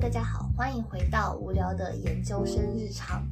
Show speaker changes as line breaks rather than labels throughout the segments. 大家好，欢迎回到无聊的研究生日常，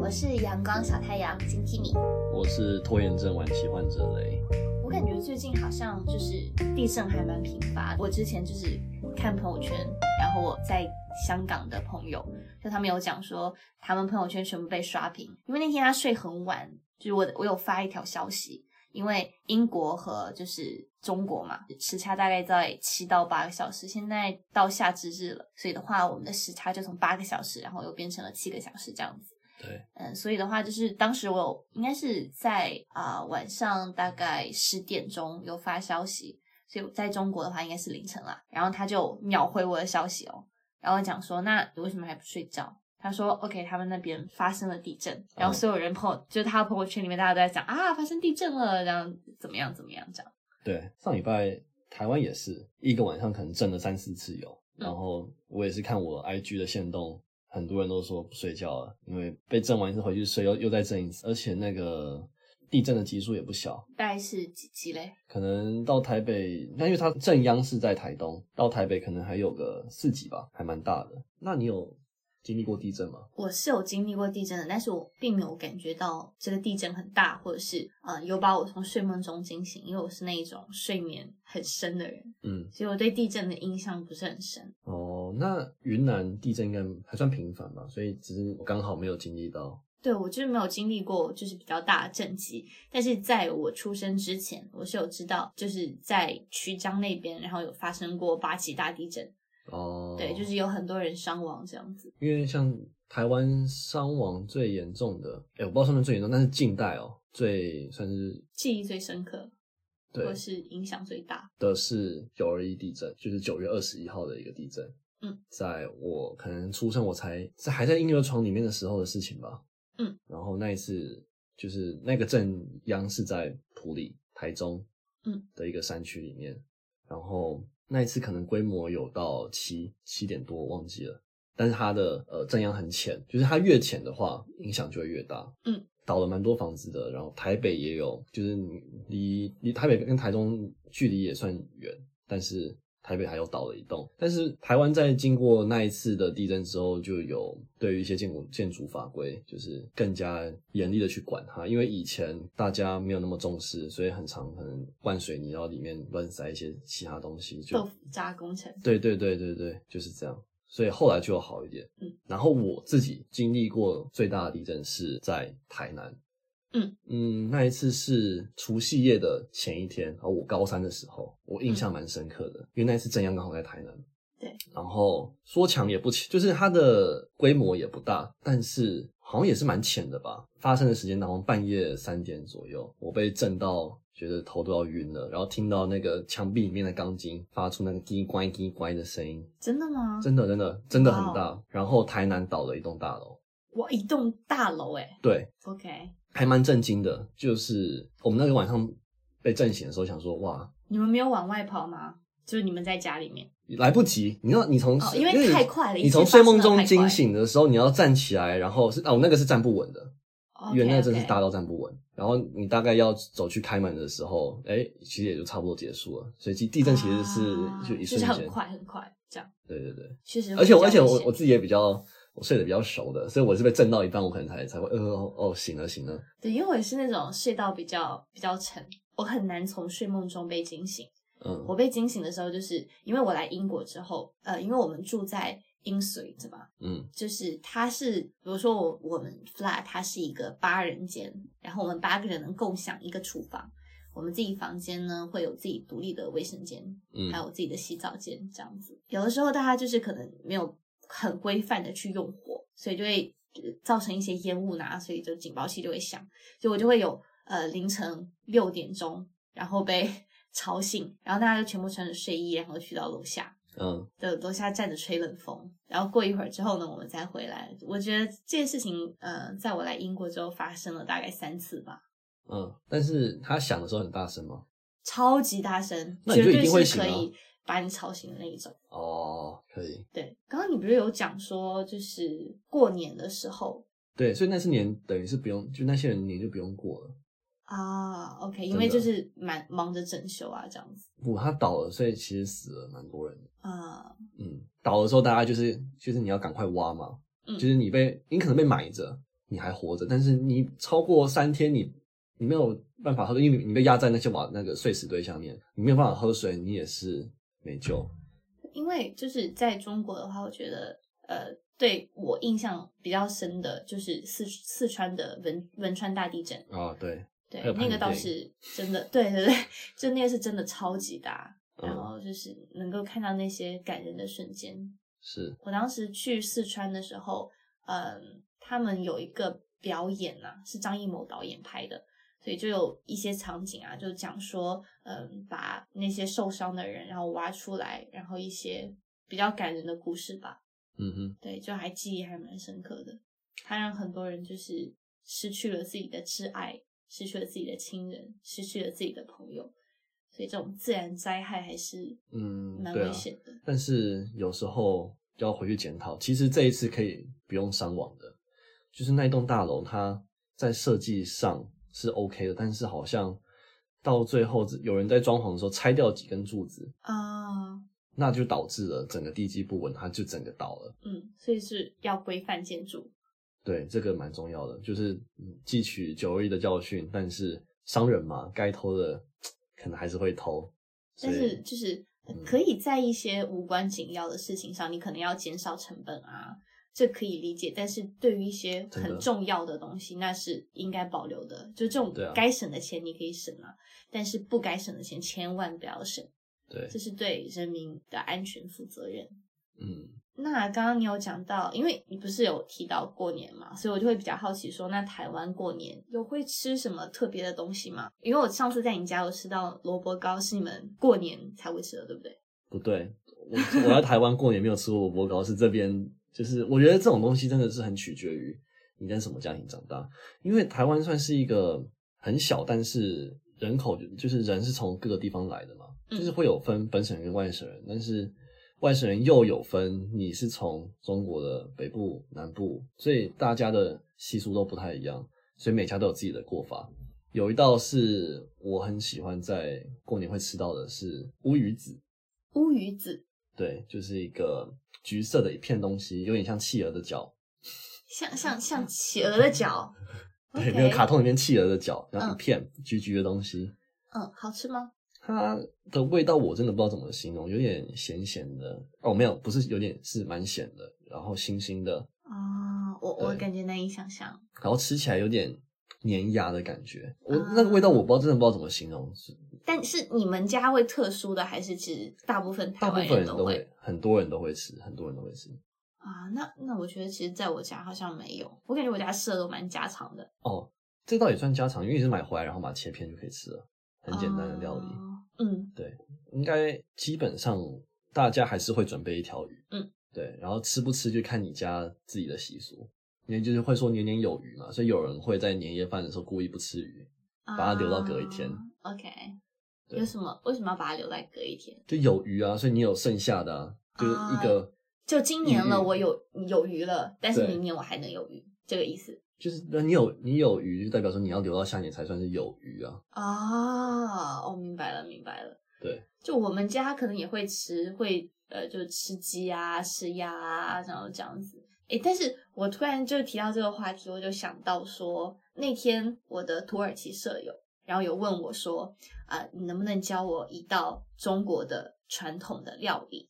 我是阳光小太阳金 Kimi。
我是拖延症晚期患者雷。
我感觉最近好像就是地震还蛮频发。我之前就是看朋友圈，然后我在香港的朋友，就他们有讲说他们朋友圈全部被刷屏，因为那天他睡很晚，就是我我有发一条消息，因为英国和就是中国嘛时差大概在七到八个小时，现在到夏至日了，所以的话我们的时差就从八个小时，然后又变成了七个小时这样子。
对，
嗯，所以的话，就是当时我有应该是在啊、晚上大概十点钟有发消息，所以我在中国的话应该是凌晨啦。然后他就秒回我的消息哦，然后讲说那你为什么还不睡觉？他说 OK，他们那边发生了地震，然后
嗯
所有人朋友、就是他的朋友圈里面大家都在讲啊发生地震了，然后怎么样怎么样这样。
对，上礼拜台湾也是一个晚上可能震了三四次有，
嗯
然后我也是看我 IG 的线动，很多人都说不睡觉了，因为被震完一次回去睡又又再震一次，而且那个地震的级数也不小，
大概是几级嘞？
可能到台北，那因为它正央是在台东，到台北可能还有个四级吧，还蛮大的。那你有经历过地震吗？
我是有经历过地震的，但是我并没有感觉到这个地震很大，或者是呃有把我从睡梦中惊醒，因为我是那一种睡眠很深的人，
嗯，
所以我对地震的印象不是很深。
哦，那云南地震应该还算频繁吧，所以只是我刚好没有经历到。
对我就是没有经历过就是比较大的震级，但是在我出生之前，我是有知道就是在曲江那边，然后有发生过八级大地震，
哦，
对，就是有很多人伤亡这样子。
因为像台湾伤亡最严重的，哎、我不知道算不算最严重，但是近代哦、最算是
记忆最深刻，或
对
者是影响最大。
的是九二一地震，就是九月二十一号的一个地震。
嗯，
在我可能出生我才在还在婴儿床里面的时候的事情吧。
嗯，
然后那一次就是那个震央是在普里台中，
嗯
的一个山区里面，然后那一次可能规模有到七七点多，我忘记了。但是它的呃震央很浅，就是它越浅的话，影响就会越大。
嗯，
倒了蛮多房子的，然后台北也有，就是你离离台北跟台中距离也算远，但是台北还有倒了一栋。但是台湾在经过那一次的地震之后，就有对于一些建筑建筑法规，就是更加严厉的去管它，因为以前大家没有那么重视，所以很常可能灌水泥，然后里面乱塞一些其他东西，就
豆腐渣工程，
对对对对对，就是这样。所以后来就有好一点。
嗯，
然后我自己经历过最大的地震是在台南。
嗯
嗯，那一次是除夕夜的前一天，然后我高三的时候，我印
嗯
象蛮深刻的，因为那一次正央刚好在台南。
对，
然后说强也不强，就是它的规模也不大，但是好像也是蛮浅的吧。发生的时间好像半夜三点左右，我被震到觉得头都要晕了，然后听到那个墙壁里面的钢筋发出那个滴乖滴乖的声音，
真的吗？
真的真的真的很大。然后台南倒了一栋大楼，
哇，一栋大楼哎、
对，
OK，
还蛮震惊的。就是我们那个晚上被震醒的时候，想说哇。
你们没有往外跑吗？就是你们在家里面，
来不及，你知道，你从、
哦因为
你
太快了
你
一切
从
发生
睡
得
梦中
太
惊
快
醒的时候，你要站起来，然后是哦，那个是站不稳的，
哦
原来真是大到站不稳。然后你大概要走去开门的时候，哎、其实也就差不多结束了。所以其地
地
震其实是就一
哦啊就是
瞬间，
很快很快这样，
对对对。
确实会
而
比
且
较
我而
危险。
且我我自己也比较我睡得比较熟的，所以我是被震到一半，我可能才才会呃哦哦醒了醒了。
对，因为我也是那种睡到比较比较沉，我很难从睡梦中被惊醒。
嗯
我被惊醒的时候，就是因为我来英国之后，呃，因为我们住在英随对吧？
嗯
就是它是，比如说我我们 flat 它是一个八人间，然后我们八个人能共享一个厨房，我们自己房间呢会有自己独立的卫生间，
嗯
还有自己的洗澡间这样子。有的时候大家就是可能没有很规范的去用火，所以就会呃造成一些烟雾呐、所以就警报器就会响，所以我就会有呃凌晨六点钟，然后被 吵醒，然后大家就全部穿着睡衣，然后去到楼下。
嗯，
的楼下站着吹冷风，然后过一会儿之后呢，我们再回来。我觉得这件事情，呃，在我来英国之后发生了大概三次吧，
嗯，但是他响的时候很大声吗？
超级大声，
那你就
绝
一定会
对是
醒
可
啊
以把你吵醒的那一种。
哦，可以。
对，刚刚你不是有讲说，就是过年的时候
对，所以那次年等于是不用，就那些人年就不用过了。
啊，OK，因
真
为
的
就是蛮忙着整修啊，这样子
不，它倒了，所以其实死了蛮多人的。
啊，
嗯，倒的时候大家就是就是你要赶快挖嘛，
嗯
就是你被你可能被埋着，你还活着，但是你超过三天你你没有办法喝，因为你你被压在那些瓦那个碎石堆下面，你没有办法喝水，你也是没救。
因为就是在中国的话，我觉得呃，对我印象比较深的就是四四川的汶汶川大地震，
啊，对，
对
还有，
那
拍
个
的
倒
电影
是真的，对对对，就那个是真的超级大，然
嗯，
后就是能够看到那些感人的瞬间。
是
我当时去四川的时候，嗯，他们有一个表演呐、是张艺谋导演拍的，所以就有一些场景啊，就讲说，嗯，把那些受伤的人然后挖出来，然后一些比较感人的故事吧，
嗯哼，
对，就还记忆还蛮深刻的。他让很多人就是失去了自己的挚爱，失去了自己的亲人，失去了自己的朋友，所以这种自然灾害还是
嗯，
蛮
对
危
啊。
险的。
但是有时候要回去检讨，其实这一次可以不用伤亡的，就是那一栋大楼它在设计上是 OK 的，但是好像到最后只有人在装潢的时候拆掉几根柱子，
啊、
那就导致了整个地基不稳，它就整个倒了。
嗯，所以是要规范建筑。
对，这个蛮重要的，就是嗯汲取九二一的教训，但是商人嘛，该偷的可能还是会偷，所
但
以
是就是
嗯
呃可以在一些无关紧要的事情上，你可能要减少成本啊，这可以理解。但是对于一些
真的
很重要的东西，那是应该保留的。就这种
对啊
该省的钱你可以省啊，但是不该省的钱千万不要省，
对，
这是对人民的安全负责任。
嗯，
那刚刚你有讲到，因为你不是有提到过年嘛，所以我就会比较好奇说，那台湾过年有会吃什么特别的东西吗？因为我上次在你家有吃到萝卜糕，是你们过年才会吃的，对不对？
不对，我我在台湾过年没有吃过萝卜糕，是这边就是我觉得这种东西真的是很取决于你在什么家庭长大，因为台湾算是一个很小，但是人口就就是人是从各个地方来的嘛，
嗯
就是会有分本省人跟外省人，但是外省人又有分你是从中国的北部、南部，所以大家的习俗都不太一样，所以每家都有自己的过法。有一道是我很喜欢在过年会吃到的是乌鱼子，
乌鱼子，
对，就是一个橘色的一片东西，有点像企鹅的脚，
像像像企鹅的脚，
对
OK
那个卡通里面企鹅的脚，然
嗯
后一片橘橘的东西，
嗯，好吃吗？
它的味道我真的不知道怎么形容，有点咸咸的，哦，没有，不是有点是蛮咸的，然后腥腥的，
啊、我我
对
感觉难以想象。
然后吃起来有点粘牙的感觉，我
啊
那个味道我不知道真的不知道怎么形容，是
但是你们家会特殊的，还是其实大部分台
大部
湾
分人
都
都会，很多人都会吃，很多人都会吃。
啊？那那我觉得其实在我家好像没有，我感觉我家吃的都蛮家常的，
哦，这道也算家常，因为你是买回来然后把它切片就可以吃了，很简单的料理。
哦嗯，
应该基本上大家还是会准备一条鱼，
嗯，
对，然后吃不吃就看你家自己的习俗，因为就是会说年年有余嘛，所以有人会在年夜饭的时候故意不吃鱼，把它留到隔一天
啊 OK，
对
有什么？为什么要把它留在隔一天？
就有鱼啊，所以你有剩下的啊，就是一个、
就今年了，
余
我有有余了，但是
对
明年我还能有余，这个意思。
就是那你有你有鱼，就代表说你要留到下年才算是有鱼啊，
啊，哦，明白了，明白了。
对，
就我们家可能也会吃，会呃，就吃鸡啊，吃鸭啊，然后这样子。诶，但是我突然就提到这个话题，我就想到说，那天我的土耳其舍友，然后有问我说，啊、你能不能教我一道中国的传统的料理？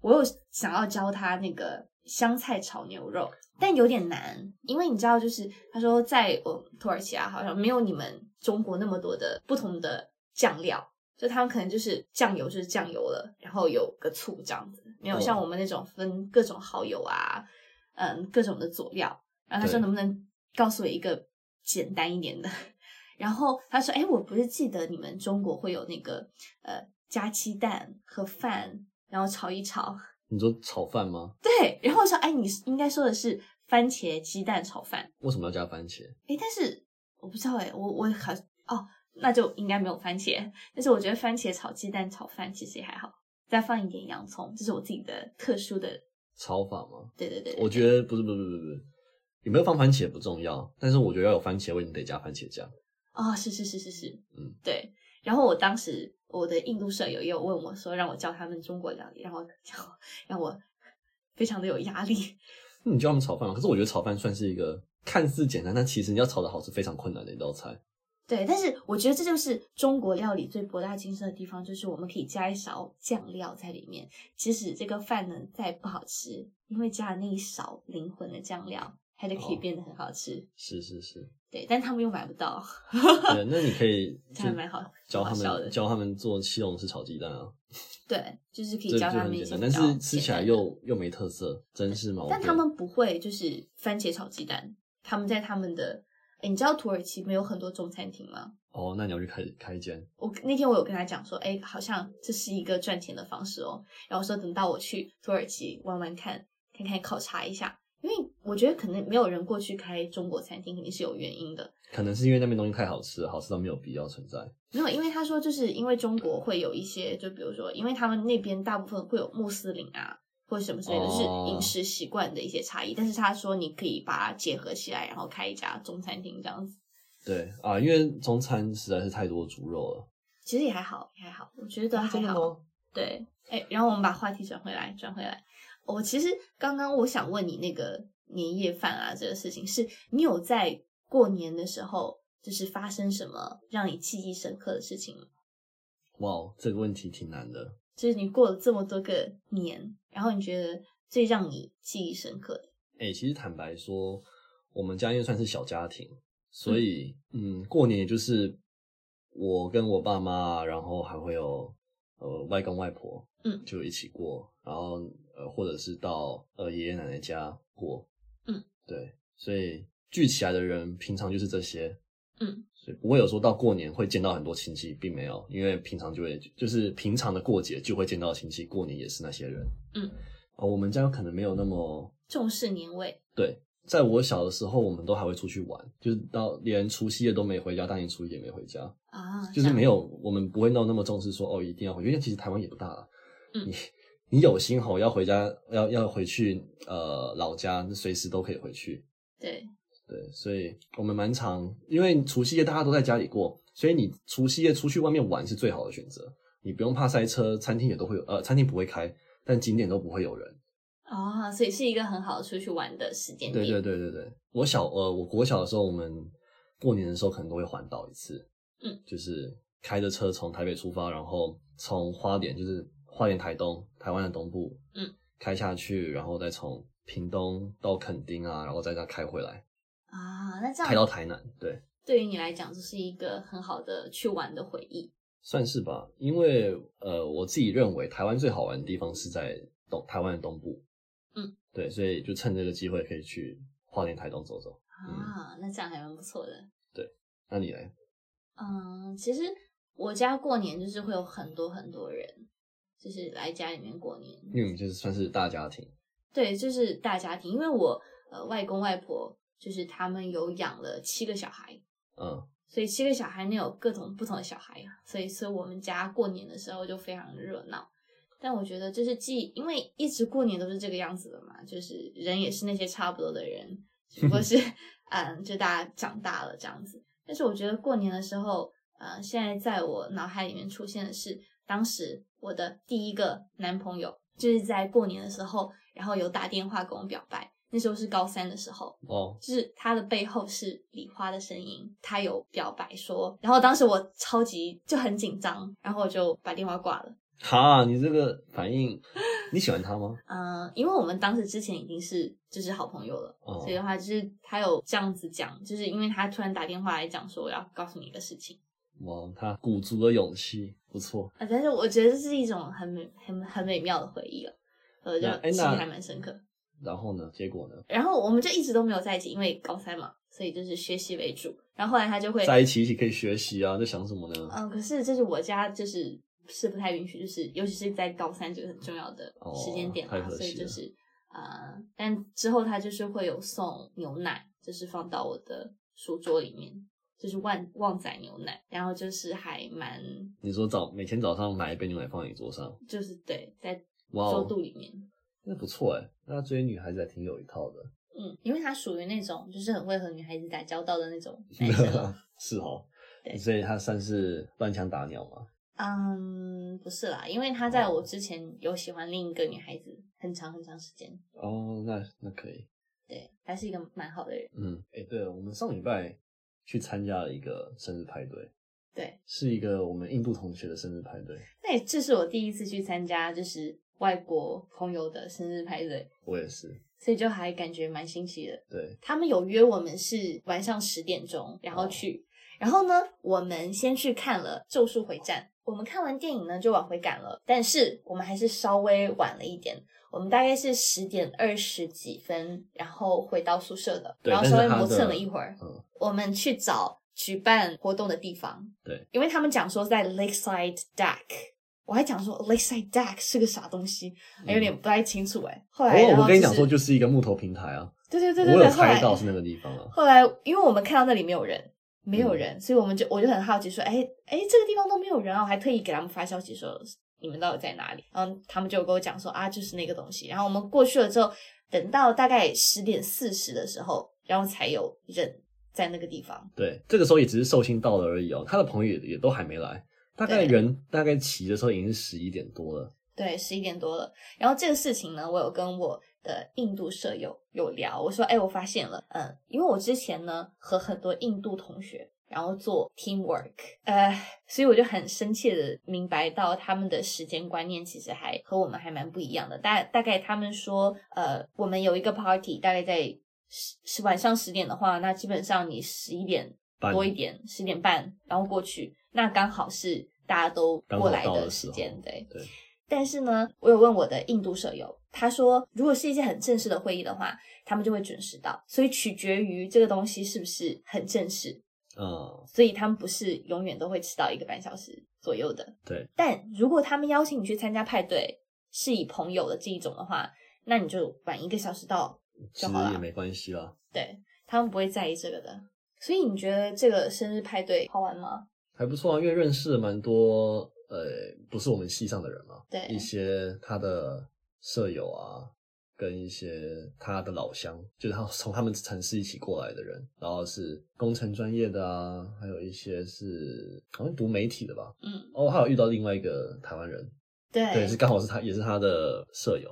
我有想要教他那个香菜炒牛肉，但有点难，因为你知道，就是他说在我土耳其啊，好像没有你们中国那么多的不同的酱料，就他们可能就是酱油就是酱油了，然后有个醋这样子，没有
哦
像我们那种分各种蚝油啊，嗯，各种的佐料。然后他说
对
能不能告诉我一个简单一点的？ 然后他说，哎，我不是记得你们中国会有那个呃加鸡蛋和饭，然后炒一炒。
你说炒饭吗？
对，然后我说，哎，你应该说的是番茄鸡蛋炒饭。
为什么要加番茄？
哎，但是我不知道，哎，我我好哦，那就应该没有番茄。但是我觉得番茄炒鸡蛋炒饭其实也还好，再放一点洋葱，这是我自己的特殊的。
炒法吗？
对对对，
我觉得不是不是不是不是，有没有放番茄不重要，但是我觉得要有番茄味，你得加番茄酱。
得哦，是是是是是，
嗯，
对。然后我当时我的印度舍友也有问我说，让我教他们中国料理，让我教让我非常的有压力。
那你教他们炒饭嘛？可是我觉得炒饭算是一个看似简单，但其实你要炒得好是非常困难的一道菜。
对，但是我觉得这就是中国料理最博大精深的地方，就是我们可以加一勺酱料在里面，即使这个饭呢再不好吃，因为加了那一勺灵魂的酱料，它就可以
哦
变得很好吃。
是是是，
对，但他们又买不到，
对，那你可以
这
就
还蛮好
教
蛮好
他
笑的
们教他们做西红柿炒鸡蛋啊，
对，就是可
这
以
就
教他
很
们一
简
些
单，
比
但
较
是吃起
简
来
单的
又又没特色，真是矛
但
盾。
他们不会就是番茄炒鸡蛋，他们在他们的，诶你知道土耳其没有很多中餐厅吗？
哦，那你要去开开一间，
我那天我有跟他讲说，哎，好像这是一个赚钱的方式哦。然后说等到我去土耳其玩玩看，看看考察一下，因为我觉得可能没有人过去开中国餐厅，肯定是有原因的。
可能是因为那边东西太好吃了，好吃到没有必要存在。
没有，因为他说就是因为中国会有一些，就比如说，因为他们那边大部分会有穆斯林啊，或者什么之类的，就是
哦
饮食习惯的一些差异。但是他说你可以把它结合起来，然后开一家中餐厅这样子，
对啊，因为中餐实在是太多猪肉了。
其实也还好，也还好，我觉得还
啊真的
好。
吗？
对，哎，然后我们把话题转回来，转回来。我、其实刚刚我想问你那个年夜饭啊这个事情，是你有在过年的时候就是发生什么让你记忆深刻的事情吗？
哇哦，这个问题挺难的。
就是你过了这么多个年，然后你觉得最让你记忆深刻的，
哎、其实坦白说，我们家因为算是小家庭，所以嗯过年也就是我跟我爸妈，然后还会有呃外公外婆，
嗯
就一起过，然后呃或者是到呃爷爷奶奶家过，
嗯，
对，所以聚起来的人平常就是这些，
嗯，
所以不会有说到过年会见到很多亲戚，并没有，因为平常就会就是平常的过节就会见到亲戚，过年也是那些人，
嗯，
呃我们家可能没有那么
重视年味，
对，在我小的时候，我们都还会出去玩，就是到连除夕夜都没回家，大年初一也没回家，
啊，
就是没
有，
有我们不会闹那么重视说哦一定要回去，因为其实台湾也不大啦，
嗯
你你有心吼要回家要要回去呃老家，随时都可以回去。
对，
对，所以我们蛮常，因为除夕夜大家都在家里过，所以你除夕夜出去外面玩是最好的选择，你不用怕塞车，餐厅也都会有，呃，餐厅不会开，但景点都不会有人。
啊，所以是一个很好的出去玩的时间点，
对对对对对，我小呃，我国小的时候，我们过年的时候可能都会环岛一次，
嗯，
就是开着车从台北出发，然后从花莲，就是花莲台东，台湾的东部，
嗯，
开下去，然后再从屏东到垦丁啊，然后再再开回来，
啊，那这
开到
样
台南，对，
对于你来讲，这是一个很好的去玩的回忆，
算是吧，因为呃，我自己认为台湾最好玩的地方是在东台湾的东部，
嗯，
对，所以就趁这个机会可以去花莲台东走走。
啊，
嗯
那这样还蛮不错的。
那你来，
嗯，其实我家过年就是会有很多很多人，就是来家里面过年。
因为我们就是算是大家庭。
对，就是大家庭，因为我呃外公外婆就是他们有养了七个小孩，
嗯，
所以七个小孩呢有各种不同的小孩啊，所以所以我们家过年的时候就非常热闹。但我觉得就是既因为一直过年都是这个样子的嘛，就是人也是那些差不多的人，只不过是嗯，就大家长大了这样子。但是我觉得过年的时候，呃，现在在我脑海里面出现的是当时我的第一个男朋友，就是在过年的时候，然后有打电话跟我表白，那时候是高三的时候，
哦，
就是他的背后是礼花的声音，他有表白说，然后当时我超级就很紧张，然后我就把电话挂了。
哈，你这个反应，你喜欢他吗？
嗯，因为我们当时之前已经是就是好朋友了，
哦
所以的话就是他有这样子讲，就是因为他突然打电话来讲说我要告诉你一个事情
哇，他鼓足了勇气，不错。
啊，但是我觉得这是一种很美很很美妙的回忆了，我就
那哎
记忆
那
还蛮深刻。
然后呢？结果呢？
然后我们就一直都没有在一起，因为高三嘛，所以就是学习为主。然后后来他就会
在一起一起可以学习啊，在想什么呢？
嗯，可是这是我家就是是不太允许，就是尤其是在高三这个很重要的时间点嘛，
哦太可惜了
所以就是呃，但之后他就是会有送牛奶，就是放到我的书桌里面，就是旺旺仔牛奶，然后就是还蛮
你说早每天早上买一杯牛奶放在你桌上，
就是对在
哇
桌
哦，
肚里面。
那不错哎，那追女孩子还挺有一套的。
嗯，因为他属于那种就是很会和女孩子打交道的那种男生了，
是哦，
对
所以他算是乱枪打鸟嘛。
嗯，不是啦，因为他在我之前有喜欢另一个女孩子很长很长时间，
哦，那那可以，
对，他是一个蛮好的人，
嗯，哎、对了，我们上礼拜去参加了一个生日派对，
对，
是一个我们印度同学的生日派对，
那也这是我第一次去参加就是外国朋友的生日派对，
我也是，
所以就还感觉蛮新奇的。
对，
他们有约我们是晚上十点钟，然
哦
后去，然后呢，我们先去看了《咒术回战》，我们看完电影呢就往回赶了，但是我们还是稍微晚了一点。我们大概是十点二十几分，然后回到宿舍的，
对
然后
但
稍
是
微
他
磨蹭
的
了一会儿。
嗯，
我们去找举办活动的地方。
对，
因为他们讲说在 Lakeside Deck，我还讲说 Lakeside Deck 是个啥东西，还有点不太清楚哎、后
不
来、然后
过嗯哦我跟你讲
是
说，就是一个木头平台啊，
对对对对
我
对，
有
后来
猜到是那个地方 嗯啊，
后来因为我们看到那里没有人。没有人，所以我们就我就很好奇说，哎哎，这个地方都没有人啊！我还特意给他们发消息说，你们到底在哪里？然后他们就跟我讲说，啊，就是那个东西。然后我们过去了之后，等到大概十点四十的时候，然后才有人在那个地方。
对，这个时候也只是寿星到了而已哦，他的朋友也也都还没来，大
对
概人大概骑的时候已经是十一点多了，
对，十一点多了。然后这个事情呢，我有跟我的印度舍友有聊，我说，哎，我发现了，嗯，因为我之前呢和很多印度同学，然后做 teamwork，呃，所以我就很深切的明白到他们的时间观念其实还和我们还蛮不一样的。大大概他们说，呃，我们有一个 party，大概在十十晚上十点的话，那基本上你十一点
半
多一点，十点半，然后过去，那刚好是大家都
刚
过
好
来
到
的
的时
时
候
间，对。
对，
但是呢，我有问我的印度舍友，他说，如果是一些很正式的会议的话，他们就会准时到，所以取决于这个东西是不是很正式，
嗯，
所以他们不是永远都会迟到一个半小时左右的。
对，
但如果他们邀请你去参加派对，是以朋友的这一种的话，那你就晚一个小时到，
其
就
实
好啦
也没关系啦，
对他们不会在意这个的。所以你觉得这个生日派对好玩吗？
还不错啊，因为认识了蛮多呃，不是我们系上的人嘛，
对
一些他的舍友啊，跟一些他的老乡，就是他从他们城市一起过来的人，然后是工程专业的啊，还有一些是好像读媒体的吧。
嗯，
哦，还有遇到另外一个台湾人，
对
对，是刚好是他，也是他的舍友。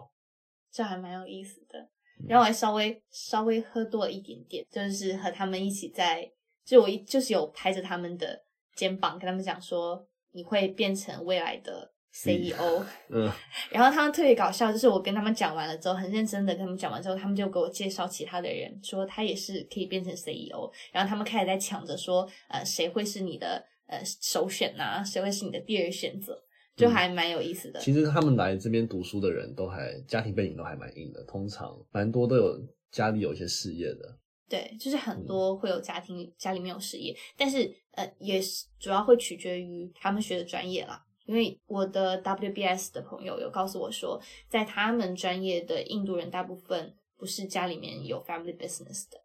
这还蛮有意思的。
嗯
然后我还稍微稍微喝多了一点点，就是和他们一起在，就我一就是有拍着他们的肩膀，跟他们讲说你会变成未来的 CEO。
嗯，
然后他们特别搞笑，就是我跟他们讲完了之后，很认真的跟他们讲完之后，他们就给我介绍其他的人，说他也是可以变成 CEO。然后他们开始在抢着说，呃，谁会是你的呃首选呐、谁会是你的第二选择？就
嗯
还蛮有意思的。
其实他们来这边读书的人都还家庭背景都还蛮硬的，通常蛮多都有家里有一些事业的。
对，就是很
嗯
多会有家庭家里面有事业，但是呃，也是主要会取决于他们学的专业啦。因为我的 WBS 的朋友有告诉我说，在他们专业的印度人大部分不是家里面有 family business 的，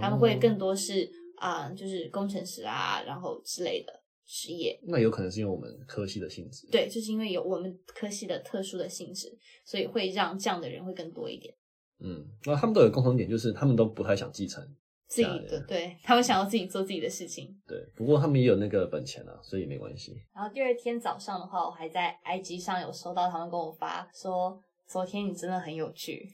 他们会
哦
更多是啊、呃就是工程师啊，然后之类的职业。
那有可能是因为我们科系的性质。，
对，就是因为有我们科系的特殊的性质，所以会让这样的人会更多一点。
嗯，那他们都有共同点，就是他们都不太想继承。
自己
家
的，
人
对他们想要自己做自己的事情，
对，不过他们也有那个本钱啊，所以没关系。
然后第二天早上的话，我还在 IG 上有收到他们跟我发说，昨天你真的很有趣，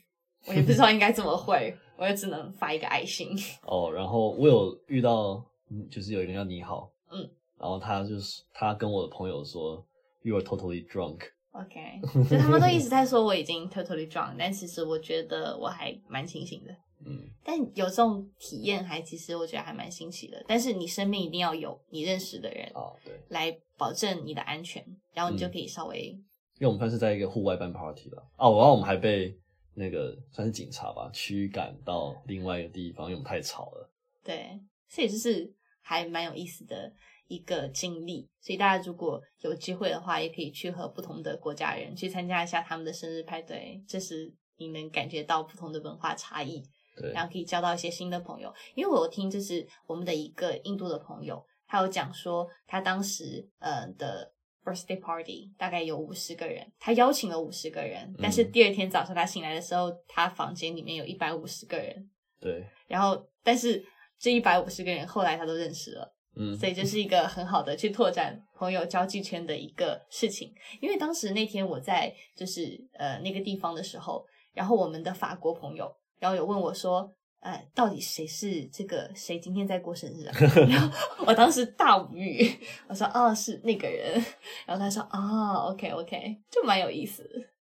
我也不知道应该怎么回， 我也只能发一个爱心。
哦，然后我有遇到，嗯就是有一个人叫你好，
嗯，
然后他就是他跟我的朋友说，You are totally drunk。
OK，就他们都一直在说我已经 totally drunk，但其实我觉得我还蛮清醒的。
嗯，
但有这种体验还其实我觉得还蛮新奇的，但是你身边一定要有你认识的人
哦，对，
来保证你的安全，然后你就可以稍微
因为我们算是在一个户外办 party 了。哦，然后我们还被那个算是警察吧驱赶到另外一个地方，因为我们太吵了。
对，所以就是还蛮有意思的一个经历。所以大家如果有机会的话，也可以去和不同的国家人去参加一下他们的生日派对，这是你能感觉到不同的文化差异，
对，
然后可以交到一些新的朋友。因为我有听就是我们的一个印度的朋友，他有讲说他当时呃的。birthday party 大概有五十个人，他邀请了五十个人，但是
嗯
第二天早上他醒来的时候，他房间里面有一百五十个人，
对，
然后但是这一百五十个人后来他都认识了，
嗯
所以这是一个很好的去拓展朋友交际圈的一个事情。因为当时那天我在就是呃那个地方的时候，然后我们的法国朋友，然后有问我说，呃，到底谁是这个谁今天在过生日啊？ 然后我当时大无语，我说哦是那个人，然后他说哦 OK OK，就蛮有意思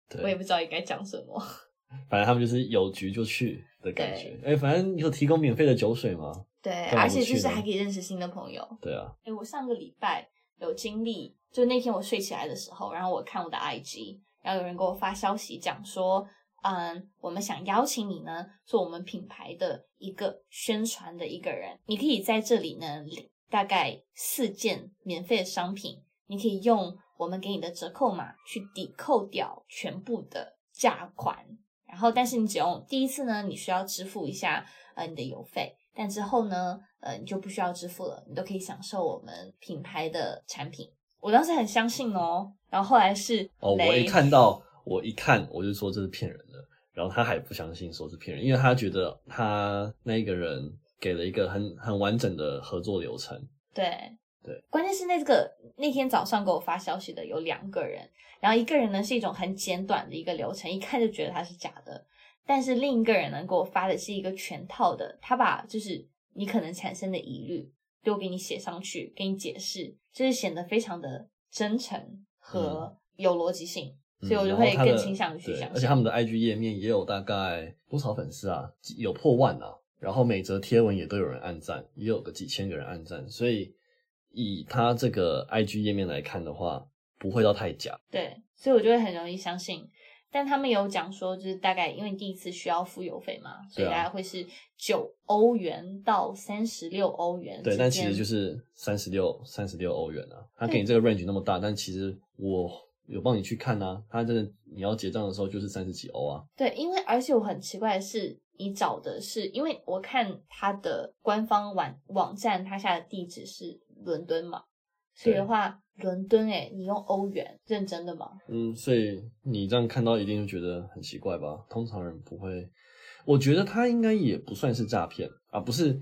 的，我也
对，
不知道应该讲什么。
反正他们就是有局就去的感觉。哎、反正有提供免费的酒水嘛。
对，
干嘛
而
不
且就
去
是
呢
还可以认识新的朋友。
对啊，
哎、我上个礼拜有经历，就那天我睡起来的时候，然后我看我的 IG，然后有人给我发消息讲说，嗯，我们想邀请你呢，做我们品牌的一个宣传的一个人，你可以在这里呢领大概四件免费的商品，你可以用我们给你的折扣码去抵扣掉全部的价款。然后，但是你只用第一次呢，你需要支付一下呃你的邮费，但之后呢，呃你就不需要支付了，你都可以享受我们品牌的产品。我当时很相信哦，然后后来是
哦，我
雷
一看到，我一看我就说这是骗人的，然后他还不相信说是骗人，因为他觉得他那个人给了一个很很完整的合作流程。
对
对，
关键是那个那天早上给我发消息的有两个人，然后一个人呢是一种很简短的一个流程，一看就觉得他是假的，但是另一个人呢给我发的是一个全套的，他把就是你可能产生的疑虑都给你写上去，给你解释，就是显得非常的真诚和有逻辑性，
嗯
所以我就
然后
会
他的
更倾向于去
对
相
而且
信
他。们的 IG 页面也有大概多少粉丝啊？几有破万啊！然后每则贴文也都有人按赞，也有个几千个人按赞，所以以他这个 IG 页面来看的话，不会到太假。
对，所以我就会很容易相信。但他们有讲说，就是大概因为第一次需要付邮费嘛，所以
对
大
啊
概会是九欧元到三十六欧元之
对，
间。
但其实就是三十六三十六欧元啊，他给
对
你这个 range 那么大，但其实我有帮你去看啊，他真的你要结账的时候就是三十几欧啊，
对，因为而且我很奇怪的是，你找的是因为我看他的官方网网站，他下的地址是伦敦嘛，所以的
对
话，伦敦诶、你用欧元，认真的吗？
嗯，所以你这样看到一定就觉得很奇怪吧？通常人不会，我觉得他应该也不算是诈骗啊，不是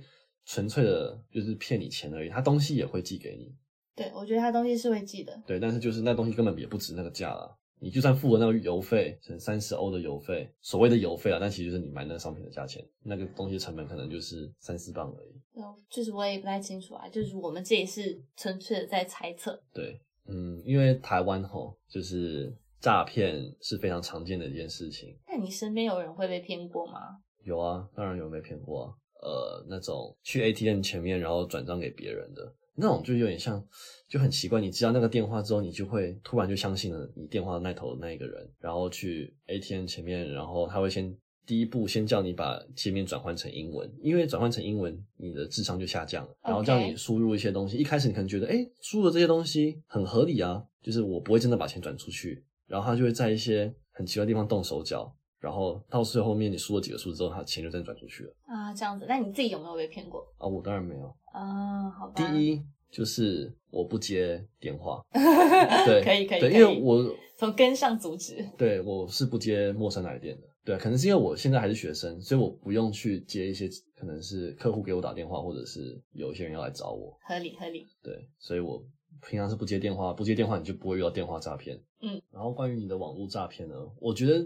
纯粹的就是骗你钱而已，他东西也会寄给你，
对，我觉得他东西是会寄的。
对，但是就是那东西根本也不值那个价啦。你就算付了那个邮费，可能三十欧的邮费，所谓的邮费啊，但其实就是你买那个商品的价钱，那个东西成本可能就是三四磅而已。
嗯，就是我也不太清楚啊，就是我们这也是纯粹的在猜测。
对，嗯，因为台湾吼，就是诈骗是非常常见的一件事情。
那你身边有人会被骗过吗？
有啊，当然有被骗过啊。呃，那种去 ATM 前面然后转账给别人的那种，就有点像，就很奇怪。你知道那个电话之后，你就会突然就相信了你电话那头的那一个人，然后去 ATM 前面，然后他会先第一步先叫你把界面转换成英文，因为转换成英文，你的智商就下降了，然后叫
OK
你输入一些东西。一开始你可能觉得，哎，输入的这些东西很合理啊，就是我不会真的把钱转出去，然后他就会在一些很奇怪的地方动手脚，然后到最后面你输了几个数之后，他钱就真的转出去了
啊，这样子，那你自己有没有被骗过？
啊！我当然没有。
啊，好吧。
第， 一就是我不接电话，对，
对可以可以，
对，
可
因为
以
我
从根上阻止。
对我是不接陌生来电的，对，可能是因为我现在还是学生，所以我不用去接一些可能是客户给我打电话，或者是有一些人要来找我，
合理合理。
对，所以我平常是不接电话，不接电话你就不会遇到电话诈骗。
嗯，
然后关于你的网络诈骗呢，我觉得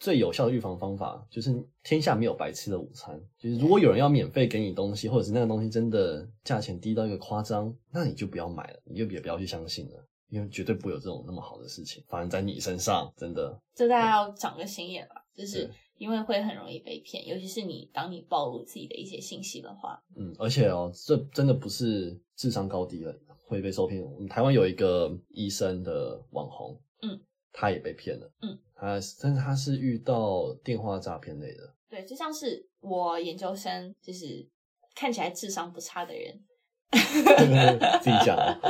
最有效的预防方法就是天下没有白吃的午餐，就是如果有人要免费给你东西，或者是那个东西真的价钱低到一个夸张，那你就不要买了，你就也不要去相信了。因为绝对不会有这种那么好的事情发生在你身上，真的。
这大家要长个心眼吧，就是
对
因为会很容易被骗，尤其是你当你暴露自己的一些信息的话，
嗯，而且哦，这真的不是智商高低了会被受骗。我们台湾有一个医生的网红，
嗯，
他也被骗了，
嗯，
他是但是他是遇到电话诈骗类的，
对，就像是我研究生，就是看起来智商不差的人，
自己讲啊，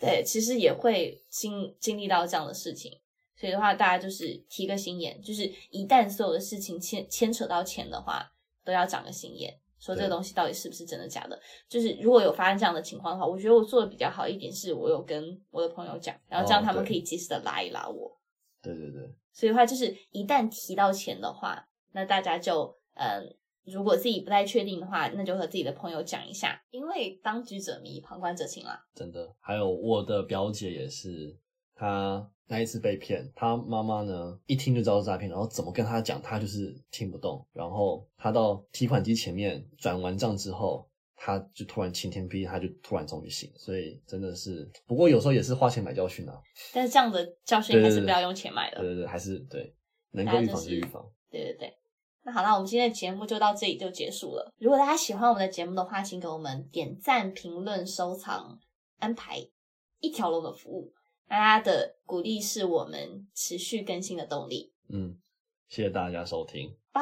对，其实也会经经历到这样的事情。所以的话，大家就是提个心眼，就是一旦所有的事情牵牵扯到钱的话，都要长个心眼，说这个
对
东西到底是不是真的假的。就是如果有发生这样的情况的话，我觉得我做的比较好一点是，我有跟我的朋友讲，然后这样
哦
他们
对
可以及时的拉一拉我。
对对对，
所以的话，就是一旦提到钱的话，那大家就嗯如果自己不太确定的话，那就和自己的朋友讲一下，因为当局者迷，旁观者清啦。
真的。还有我的表姐也是，她那一次被骗，她妈妈呢一听就知道是诈骗，然后怎么跟她讲，她就是听不懂。然后她到提款机前面转完账之后，她就突然晴天霹雳，她就突然终于醒。所以真的是，不过有时候也是花钱买教训啊。
但是这样的教训
对
还
对
是
对
不要用钱买
对
了。
对对，还是对，能
大
够
家
预
就
防就是预防。
对对对。那好啦，我们今天的节目就到这里就结束了。如果大家喜欢我们的节目的话，请给我们点赞、评论、收藏、安排一条龙的服务。大家的鼓励是我们持续更新的动力。
嗯，谢谢大家收听。
拜。